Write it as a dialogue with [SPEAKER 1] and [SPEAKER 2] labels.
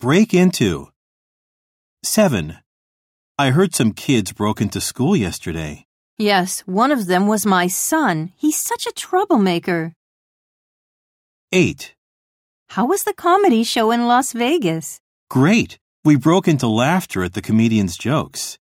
[SPEAKER 1] Break into. 7. I heard some kids broke into school yesterday.
[SPEAKER 2] Yes, one of them was my son. He's such a troublemaker.
[SPEAKER 1] 8.
[SPEAKER 2] How was the comedy show in Las Vegas?
[SPEAKER 1] Great! We broke into laughter at the comedian's jokes.